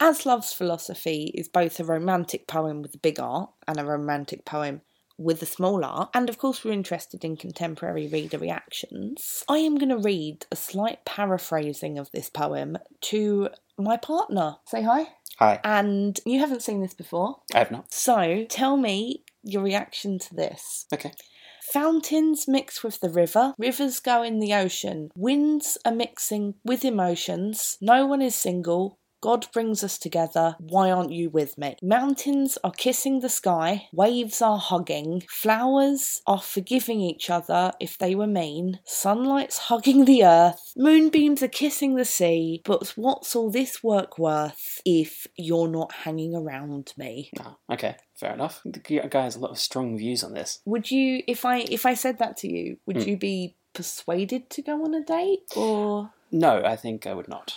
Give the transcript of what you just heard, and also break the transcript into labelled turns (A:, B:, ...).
A: As Love's Philosophy is both a romantic poem with a big R and a romantic poem with a small r, and of course we're interested in contemporary reader reactions, I am going to read a slight paraphrasing of this poem to my partner. Say hi.
B: Hi,
A: And you haven't seen this before,
B: I have not.
A: so tell me your reaction to this.
B: Okay.
A: Fountains mix with the river, rivers go in the ocean, winds are mixing with emotions, no one is single. God brings us together, why aren't you with me? Mountains are kissing the sky, waves are hugging, flowers are forgiving each other if they were mean, sunlight's hugging the earth, moonbeams are kissing the sea, but what's all this work worth if you're not hanging around me?
B: Ah, okay, fair enough. The g- guy has a lot of strong views on this.
A: would you if i if i said that to you would you be persuaded to go on a date or
B: No, I think I would not.